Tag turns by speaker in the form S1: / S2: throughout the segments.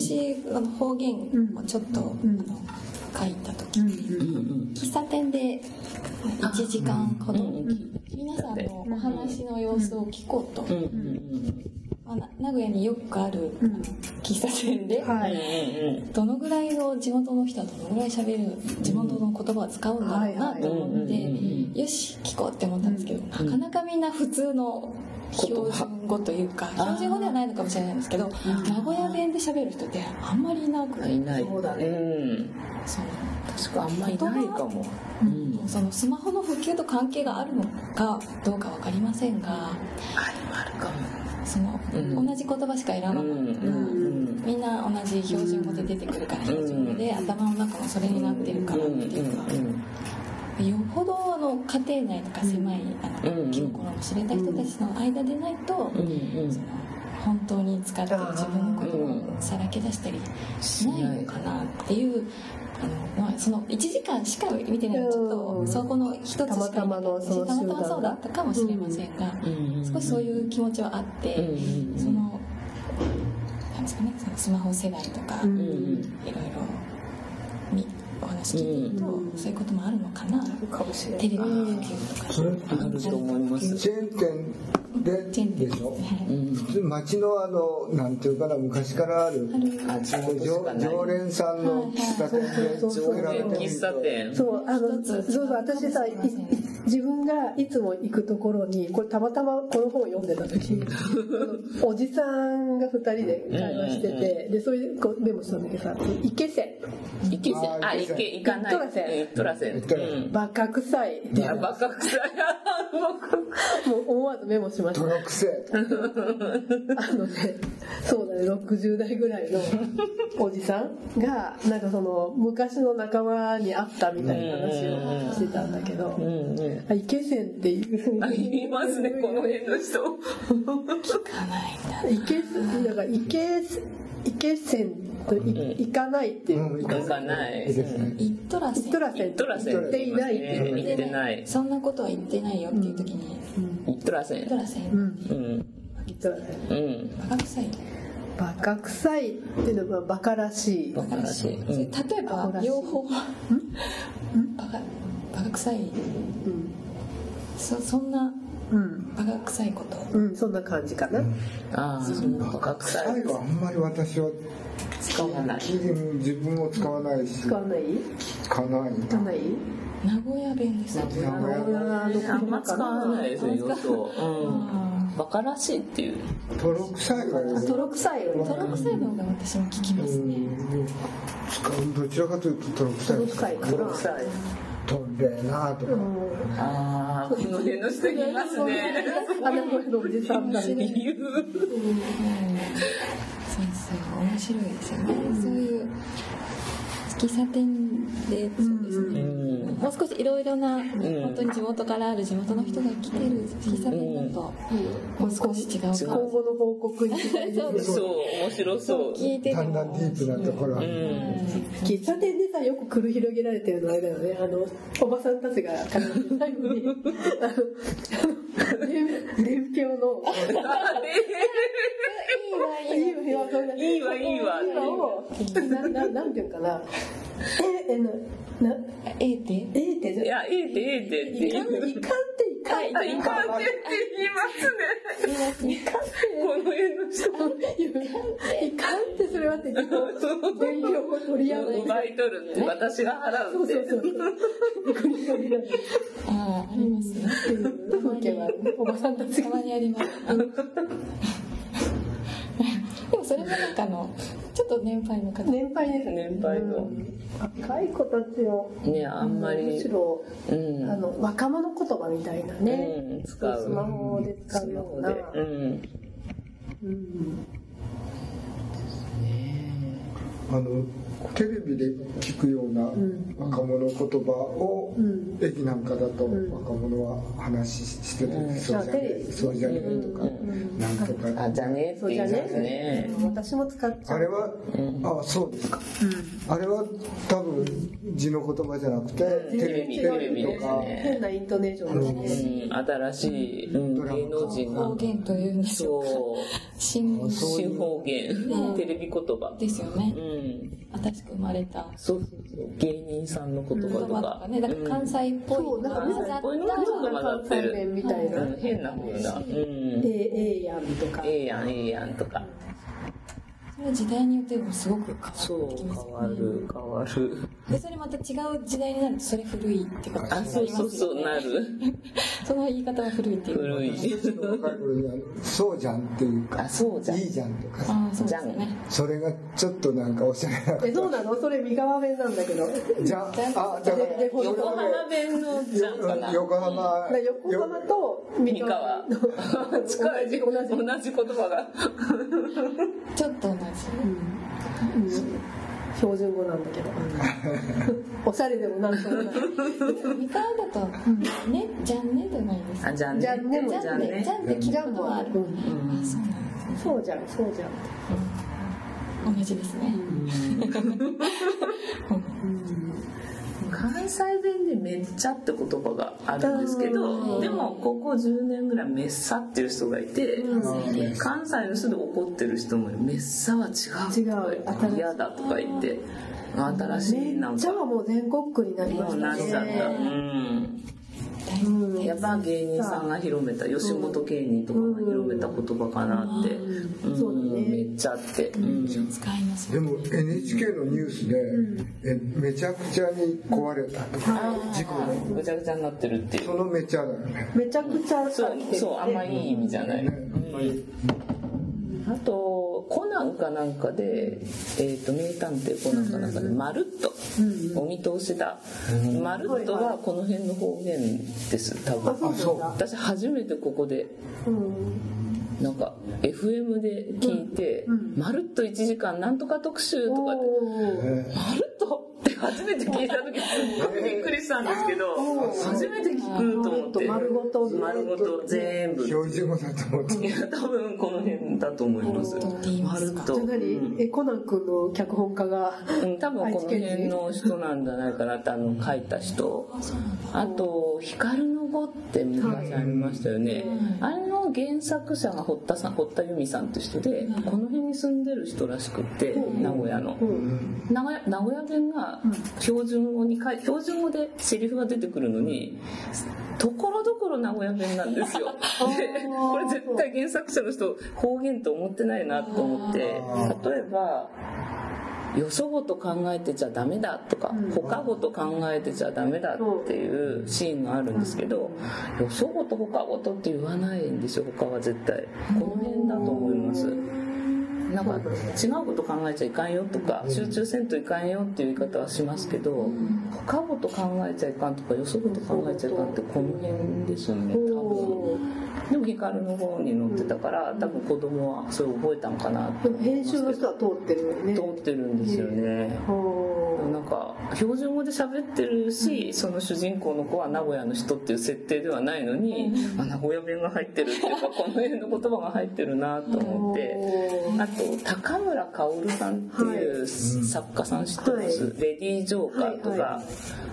S1: 昔あの方言をちょっと、
S2: ん
S1: あの書いた時、
S2: うん
S3: うん
S1: 喫茶店で1時間ほど、
S3: うんうん
S1: 皆さんのお話の様子を聞こうと、
S3: うんうんうん
S1: まあな名古屋によくある、
S2: うん
S1: あの喫茶店で、
S2: はい
S1: どのぐらいの地元の人はどのぐらい喋る地元の言葉を使うんだろうなと思って、
S3: はいはいうんうん
S1: よし聞こうって思ったんですけど、
S3: ん
S1: なかなかみんな普通の標準語というか
S3: 葉
S1: 標準語ではないのかもしれないんですけど名古屋弁で喋る人ってあんまりいなく
S3: う
S1: なんい
S3: いない
S2: そうだね
S3: うん
S1: その
S3: 確かあんまりないかもうん
S1: そのスマホの普及と関係があるのかどうか分かりませんが
S3: あれもあるかも
S1: その、
S3: うん
S1: 同じ言葉しか選ば
S3: う
S1: なんい、
S3: うん
S1: みんな同じ標準語で出てくるから標準語で、頭の中もそれになってるからっていうか。よほどあの家庭内とか狭いあ
S3: うん
S1: の気心も知れた人たちの間でないと、
S3: うんうん
S1: その本当に使ってる自分のことをさらけ出したりしないのかなっていうあの、まあ、その1時間しか見てないのちょっ
S2: うん
S1: とそこの一つしか
S2: たまたまのその
S1: たまたまそうだったかもしれませんが、
S3: うん
S1: 少しそういう気持ちはあって、
S3: うんうん
S1: そのなんですかねそのスマホ世代とか、
S2: う
S1: い
S2: ん
S1: ろ
S3: うん
S1: いろみお話聞いてると、
S2: うん
S1: そういうこともあるのかな、
S2: かもしれな
S1: テレビ
S2: い
S1: の普及とか、
S4: それ
S3: あると思います
S4: チェーン
S1: チェー
S4: 店
S1: ン
S4: で
S1: 店
S4: でしょ
S1: はい
S3: うん
S4: 普通町のあのなんていうかな昔からある
S3: あ地元しか
S4: 常
S3: ない
S4: 常連さんの喫茶店で
S2: そうそうそう
S4: 作られてる
S3: 喫茶店
S2: そうあの
S1: 一つ
S2: そうそう私さい自分がいつも行くところにこれたまたまこの本を読んでた時おじさんが2人で会話してて、
S3: うんうん
S2: でそういうこうメモしたんだけどさ「池瀬
S3: 池せんあ池行かない
S2: トラセン
S3: うんトラセン
S4: トラセン
S3: うん
S2: バカ臭い」
S3: いやバカ臭い
S2: もう思わずメモしました
S4: 泥臭
S2: あのねそうだね60代ぐらいのおじさんがなんかその昔の仲間に会ったみたいな話をしてたんだけど
S3: う。んうん
S2: あ池線っていう
S3: あいますねこの辺の人
S1: かないんだ
S2: 池なんか池池線とい行かないって
S4: い
S2: いうう、
S4: ん
S3: 行かない
S4: いいですね
S1: イットラセン
S2: イトラ線
S3: トラセン
S2: 行っていないっていう、
S3: 行ってない
S1: そんなことは言ってないよっていう時に、
S3: トラセ
S1: イット
S3: ン
S1: ラセ
S2: う
S1: ン
S2: ん、
S3: うん
S2: イトラ線
S3: うん
S1: バカ臭い
S2: バカ臭いっていうのはバカらしい
S3: バカらしい
S1: それ
S3: うん
S1: 例え
S2: アホ
S1: ば
S2: らしい
S1: 両方バカバカ臭い
S2: うん
S1: そそんな
S2: うん、
S1: バカ臭いこと
S2: うん、そんな感じかな、
S3: ああそんなバカ臭
S4: 最
S3: い
S4: 後あんまり私は
S3: 使わない
S4: 聞いて自分を使わないし
S2: 使わない
S4: 使わない
S2: 使わない
S1: 名古屋弁ですよ
S4: 名古屋
S2: 親の
S3: あん
S2: 言葉
S3: ま
S2: か
S3: 使わ
S2: な
S3: ないですねよくうんバカらしいっていう
S4: 泥臭いからよ
S2: 泥臭いよね
S1: 泥臭いのが私も聞きますね、
S4: うん使うどちらかというと泥臭い
S2: 泥臭いかな
S3: 泥臭い
S4: とんでえなとか
S2: うん
S3: ああこの辺の人いますね
S2: あ名古屋のおじさんだね
S3: 言う
S1: そうですよ面白いですよね、そういう喫茶店でそうですね、
S3: うん
S1: もう少しいろいろな、本当に地元からある地元の人が来てる喫茶店だと、もう少し違うかも
S2: 今後の報告に
S1: そうです
S3: そう面白そう
S1: 聞いてて
S4: だ
S1: も
S4: んだんディープなところ
S3: うん
S2: 喫茶店でさよく繰り広げられてるのあれだよねあのおばさんたちが必ず最後にあのあの伝伝票の「いいわいいわそんない
S3: いわいいわ
S2: いいわをなななんていうのかなええなな
S1: ええって
S2: えー、って
S3: い
S2: じゃ
S3: や、いいって、いいって、って
S2: い
S3: 言
S2: か
S3: うん
S2: いかんっていかんい
S3: あ、いかんってって言いますね。
S2: いかんって
S3: この辺の人。
S2: いかんってそれはって伝票を取り合う
S3: 奪い取るって、私が払
S2: そうう
S3: って。
S2: そうそう繰り広げられてる
S1: ああありますね
S2: っていう風景はおばさんたち
S1: た
S2: が
S1: まにありますでもそれもなんかあのちょっと年配の方
S2: 年配ですね
S3: 年配の
S2: うん若い子たちを
S3: ね、あんま
S2: む
S3: り
S2: し。ろ
S3: うん。
S2: あの若者言葉みたいなね、
S3: うん、使う。
S2: スマホで使うような、
S3: で。うん。
S2: うん
S4: あのテレビで聞くような若者言葉を、
S2: うん
S4: 駅なんかだと
S2: ん
S4: 若者は話ししてたり、
S3: うん
S4: そ
S2: あ
S4: うじゃね
S2: テレ
S4: え
S2: ビ
S4: そうじゃねえとか、
S3: うん
S2: ん
S4: なんとか
S3: あ、じゃあねって
S2: そうじ
S3: 言
S2: ゃ
S3: います
S2: ね
S3: ね。
S2: 私も使っちゃ
S4: あ
S2: う
S4: れは、あそうですか、あれは多分字の言葉じゃなくて、テレビ
S2: テレ
S3: ビ
S4: と
S3: です
S4: か、
S3: ね
S2: 変なイントネーションですね、
S3: うん、新しい、うん、芸能人
S1: 方
S3: の
S1: 言というんでしょうか
S3: そう
S1: 新
S4: そう
S3: 新方言テレビ言葉
S1: ですよね
S3: うん
S1: 新しく生まれた
S3: そうそうそう芸人さんの言葉
S1: 言葉
S3: と
S1: と
S3: か
S1: かねだから関西っぽい
S2: そう
S1: の
S2: なん
S1: が
S2: か
S1: 混ざった
S3: うん
S2: そうなんか関西弁みたいな、
S3: うん、変な方だうん
S2: えええ
S3: え
S2: えやんとか、
S3: えやんええやんとか
S1: それは時代によってもすごく変わって
S3: そう
S1: き
S3: 変
S1: ます
S3: わ
S1: よね
S3: る変わる
S1: でそれまた違う時代になるとそれ古いってことにな
S3: あ
S1: ります
S3: そ
S1: よ
S3: う
S1: ね
S3: そうそうなる
S1: その言い方は古いっていう
S3: 古い
S4: 若い頃にあのそうじゃんっていうか
S3: あそうじゃん
S4: いいじゃんとか
S1: ああそうですよね
S4: それがちょっとなんかおしゃれな
S2: えそうなのそれ三河弁なんだけど
S4: じゃんあだから
S2: でほん
S3: 横浜弁のじゃんかな
S4: 横浜
S2: で横浜と三
S3: 三
S2: 河
S3: 河 近い同じ同じ言葉が
S1: ちょっと同じ
S2: 標準語なんだけ ど、おしゃれでもなんともない
S1: 三河だと「ね」「じゃんね」じゃないですか
S3: あじゃん
S2: じゃんね
S1: 「じ
S2: も
S1: ゃ
S2: じゃ
S1: ん
S2: ん
S1: ね」「
S2: ね
S1: じゃん」って聞いたことはあるあ
S2: う
S1: そ
S2: ん
S1: うなんですね
S2: そうじゃんそうじゃん
S1: 同じですね
S3: 関西弁で「めっちゃ」って言葉があるんですけどでもここ10年ぐらい「めっさ」っていう人がいて、関西の人で怒ってる人も「めっさ」は違う
S2: 違う新しい
S3: 嫌だとか言って新しいな
S2: め
S3: ん
S2: っち
S3: か
S2: ゃはもう全国区になりま
S3: もうなっ
S2: し
S3: ちゃ
S2: た
S3: った、
S1: 大好
S2: ねうん
S3: やっぱ芸人さんが広めた吉本芸人とかが広めた言葉かなって、
S2: うん
S3: ん
S2: そうだね
S3: めっちゃって、うん
S1: き使います
S4: でも NHK のニュースで、えめちゃくちゃに壊れたとか事故で
S3: ぐちゃぐちゃになってるっていう
S4: そのめちゃだよね
S2: めちゃくちゃ
S3: そ
S2: 飽きて
S3: う
S2: る
S3: そうあんまいい意味じゃない、
S4: ねあんまり
S3: あとコナンかなんかで、えー、と名探偵コナンかなんかで「まるっと」お見通しだ「まるっと」はこの辺の方言です多
S2: あ
S3: 分
S2: そうなんだ
S3: 私初めてここで
S2: うん
S3: なんか FM で聞いて「まるっと1時間なんとか特集」とかって
S2: おー
S3: 「まるっと」って初めて聞いた 時すごいびっくりしたんですけど初めて聞くと思って
S2: 丸ごと
S3: 丸ごと全部
S4: 標準語だと思って
S3: いや多分この辺だと思います。まるっと
S2: じゃあ何えコナン君の脚本家が
S3: うん、多分この辺の人なんじゃないかなってあの書いた人あと「光の碁」って昔ありましたよね、あれの原作者が堀田さん堀田由美さんって人でこの辺に住んでる人らしくって、名古屋の、名古屋名古屋弁が標準語に書い標準語でセリフが出てくるのにところどころ名古屋弁なんですよでこれ絶対原作者の人方言と思ってないなと思って例えばよそごと考えてちゃダメだとか、他ごと考えてちゃダメだっていうシーンがあるんですけど、よそごと他ごとって言わないんですよ他は絶対この辺だと思いますなんか違うこと考えちゃいかんよとか集中せんといかんよっていう言い方はしますけど他ごと考えちゃいかんとかよそごと考えちゃいかんってこの辺ですよね多
S2: お
S3: 分でも光の方に乗ってたから多分子供はそれを覚えたのかなと
S2: ー編集の人は通ってるよね
S3: 通ってるんですよね
S2: おー
S3: なんか標準語で喋ってるし、その主人公の子は名古屋の人っていう設定ではないのに、あ名古屋弁が入ってるっていうかこの辺の言葉が入ってるなと思って
S2: お
S3: あと高村薫さんっていう作家さん知ってます、
S2: は
S3: レディー・ジョーカーとか、
S2: はいは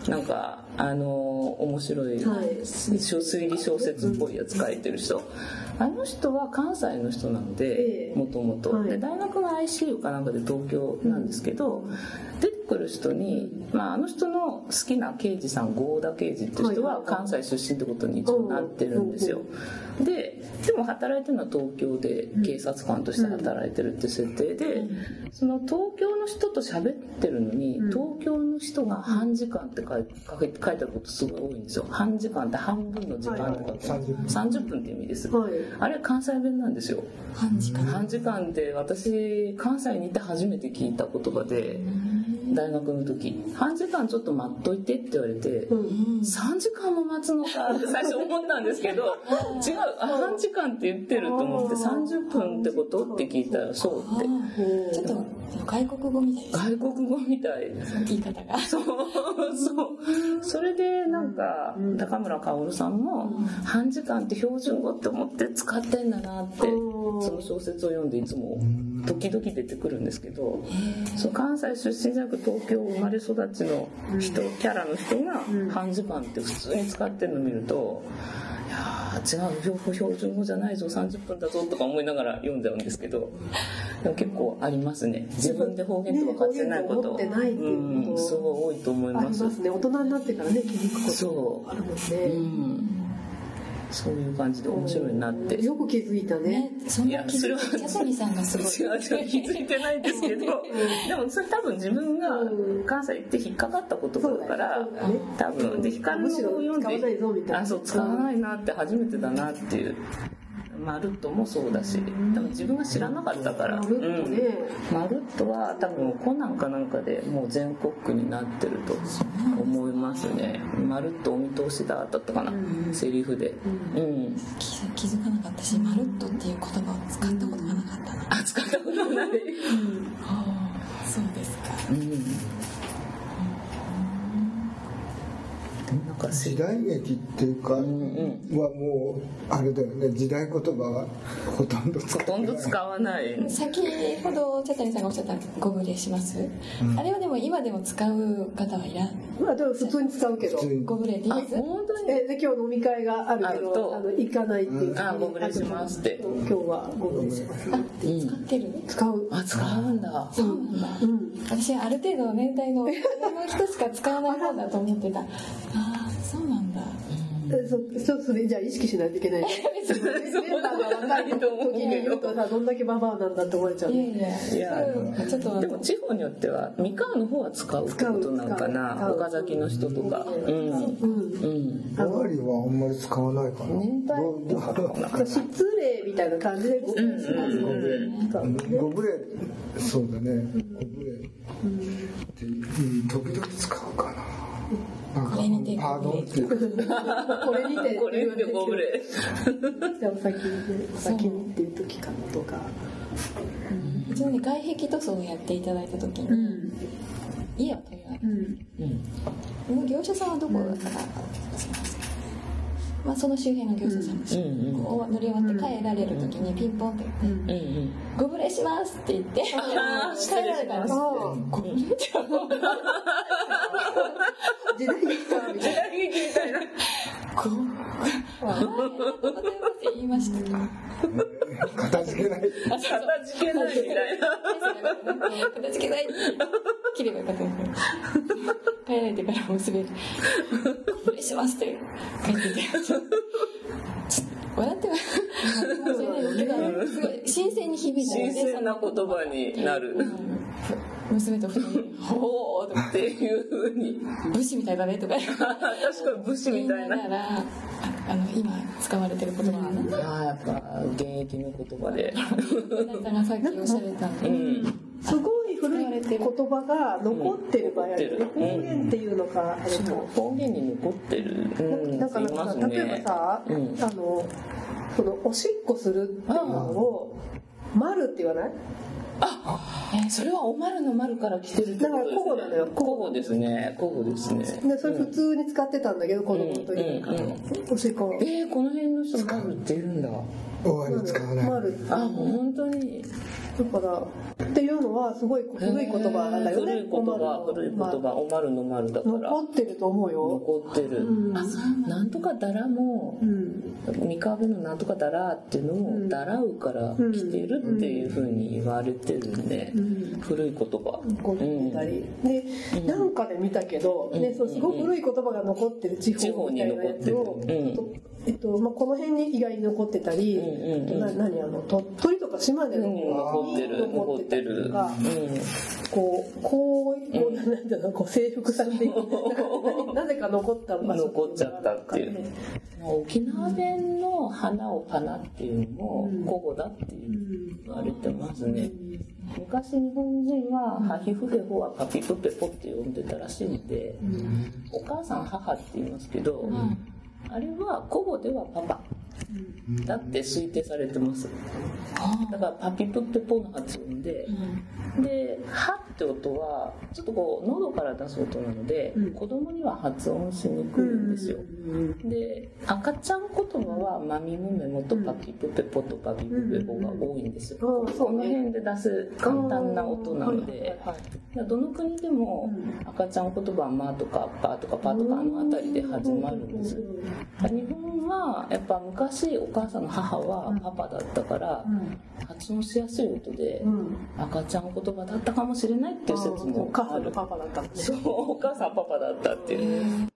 S3: なんかあのー面白い、
S2: はい
S3: 推理小説っぽいやつ書いてる人、あの人は関西の人なの
S2: え
S3: で
S2: え
S3: もともと
S2: はい
S3: で大学が ICU かなんかで東京なんですけど出てくる人に、まあ、あの人の好きな刑事さん合田刑事っていう人
S2: はい
S3: は
S2: はいは
S3: 関西出身ってことに一応なってるんですよででも働いてるのは東京で警察官として働いてるって設定でその東京の人と喋ってるのに東京の人が半時間って書い書い書いてあることすごい多いんですよ半時間って半分の時間とか
S4: 30分
S3: 30分って意味です
S2: はい
S3: あれ関西弁なんですよ
S1: 半時間
S3: 半時間で私関西にいて初めて聞いた言葉で大学の時半時間ちょっと待っといてって言われて、3時間も待つのかって最初思ったんですけど違うあ半時間って言ってると思って30分ってことって聞いたらそうって
S1: ちょっと外国語みたいです
S3: 外国語みたい
S1: 言い方が
S3: そうそうそれでなんか高村薫さんも半時間って標準語って思って使ってんだなってその小説を読んでいつも時々出てくるんですけどそう関西出身じゃなく東京生まれ育ちの人キャラの人が半時間って普通に使ってるの見ると。いや違う標準語じゃないぞ30分だぞとか思いながら読んじゃうんですけどでも結構ありますね自分で方言と分かってないこと、
S2: ね、方言と思ってないっていうこと
S3: うんすごい多いと思い
S2: あり
S3: ま
S2: ますすね大人になってからね気づくこと
S3: そ
S2: あるもんね
S3: う、うん、そういう感じで面白いなって
S2: よく気づいたね
S1: ねそんな気
S3: いやそれ
S1: づ
S3: は
S1: きキャサリンさんがすごい
S3: 違う違う気づいてないんですけどでもそれ多分自分が関西行って引っかかったことだから
S2: そうだよね
S3: 多分で光の
S2: むしろ
S3: 本を
S2: 使わ
S3: 読ん
S2: な
S3: で
S2: いぞみたいな
S3: あそう使わないなって初めてだなっていうまるっともそうだし多分自分が知らなかったから
S2: まるっとね
S3: うんまるっとは多分コナンかなんかでもう全国区になってると思いますねまるっとお見通しだだったかなセリフでうん
S1: 気づ気づかなかったし「まるっと」っていう言葉を使ったことがなかったな
S3: あ使ったことない
S1: そうですか
S3: なんか
S4: 時代劇っていうかはもうあれだよね時代言葉はほとんど使
S3: ほとんど使わない
S1: 先ほど茶谷さんがおっしゃった「ご無礼します」あれはでも今でも使う方はいら
S2: まあでも普通に使うけど
S4: 普通に
S1: ご無礼でいいです
S3: 本当に
S2: えで今日飲み会があるけ
S3: あと
S2: どあの行かないっていう
S3: あご無礼しますって
S2: 今日はご無礼します
S1: 使ってる
S2: 使う
S3: あ使うんだ
S1: そうなんだ私ある程度の年代のもう人しか使わない方だと思ってたああーそうなん だ
S2: えそちょっとそれじゃあ意識しないといけないねメンバーが若い時に言うとさどんだけババアなんだって思われちゃう
S1: いや
S2: ね
S1: いや
S3: いや
S1: そうちょっと
S3: でも地方によっては三河の方は使うってことなんか
S2: 使う使
S3: な
S2: う
S3: 岡崎の人とかうん
S2: うん
S3: うん
S4: 周りはあんまり使わないかな
S3: 年配
S4: どうどう
S2: 失礼みたいな感じでご無礼します
S4: ご無礼
S2: 使う
S4: ご無礼そうだねご無礼って、うん、時々使うかななんか
S1: これにて
S4: パードンっていうか
S2: これにて
S3: これでご無礼
S2: じゃあお先にお先にっていう時かなとか
S1: うちのね外壁塗装をやっていただいた時に、家は取り上げ
S2: うん
S1: その業者さんはどこだったかわかりませんまあ、その周辺の業者さんです、
S3: うんうんうん
S1: こう乗り終わって帰られる時にピンポンって言って
S3: うんうん
S1: 「ご無礼します」って言って帰
S3: あー失礼
S1: られ
S3: した
S1: ん
S3: ま
S1: ですす
S2: 時代劇かみたいな
S1: ごごありがとうございますって言いました
S4: 片付けない
S3: 片付けないみたいな
S1: 片付けない切ればよかったですね帰られてからもうすぐ「これします」って帰ってきてちょっと笑っては忘れないですけどすごい新鮮に響いた
S3: 新
S1: ので
S3: 鮮な言葉になる
S1: 娘と二人「ほー」とか
S3: っていうふうに
S1: 「武士みたいだね」とか
S3: あ確かに武士
S1: 言
S3: み
S1: い
S3: たい
S1: な
S3: な
S1: がらああの今使われてる言葉はね
S3: あやっぱ現役の言葉で
S1: 旦那さんがさっきおっしゃれた
S3: う
S1: の
S3: ん
S2: すごい古い言葉が残ってる場合あるよね
S3: うん
S2: 方言っていうのかあれも
S3: 方言に残ってるうん
S2: なんかなんか
S3: い
S2: さ
S3: ます
S2: 例えばさ、
S3: うん
S2: あのそのおしっこするっていうのを「まる」って言わない
S3: えーそれはおまるのまるから来てるってことで
S2: だか
S3: すね
S2: ら古語なのよ
S3: 古語ですね古語ですね
S2: でそれ普通に使ってたんだけど子供の時に、
S3: うんうん
S2: おしっこ
S3: えーこの辺の人まるって言うんだ
S4: 終わり使わない
S2: まる
S3: あ本当に
S2: だからっていうのはすごい古い言葉なんだよね
S3: 古い言葉古い言
S2: ま
S3: 葉おまるのまるだから
S2: 残ってると思うよ、
S3: 残ってるあなんとかだらも
S2: うん、
S3: 三河弁のなんとかだらっていうのも「だらう」から来てるっていうふうに言われてるんで、古い言葉
S2: 残ってたり、で、なんかで見たけど、ね、そうすごい古い言葉が残ってる地方みたいなやつを
S3: 地方に残っ、てるうん
S2: とえっとまあ、この辺に意外に残ってたり、
S3: うんうんうん
S2: な何あの鳥取とか島根の
S3: うん
S2: 方
S3: 残ってる残ってる
S2: とか、こうこうこうなんていうのこう征服されていくなんかなぜか残った
S3: うん、
S2: 場所
S3: 残っちゃったっていう
S2: ね
S3: 沖縄弁の「花を花」っていうのも古語だっていう言われてますね、う昔日本人は「ハヒフヘホ」は「パピプペポ」って呼んでたらしいんで、お母さん母って言いますけど、あれは古語ではパパだって推定されてますだからパピプペポの発音で、で「は」って音はちょっとこう喉から出す音なので、
S2: うん
S3: 子供には発音しにくいんですよ、で赤ちゃん言葉は「まみむめも」と「パピプペポ」と「パピプペポ」が多いんですよ、
S2: うんうん
S3: この辺で出す簡単な音なので、
S2: はいはいはい
S3: どの国でも赤ちゃん言葉は「ま」とか「ば」とか「パとかあの辺りで始まるんです日本はやっぱ昔お母さんの母はパパだったから発音しやすい音で
S2: うん
S3: 赤ちゃん言葉だったかもしれないっていう説も
S2: お母さ
S3: あ
S2: んと
S3: る
S2: パパだったんで
S3: そうお母さんパパだったっていう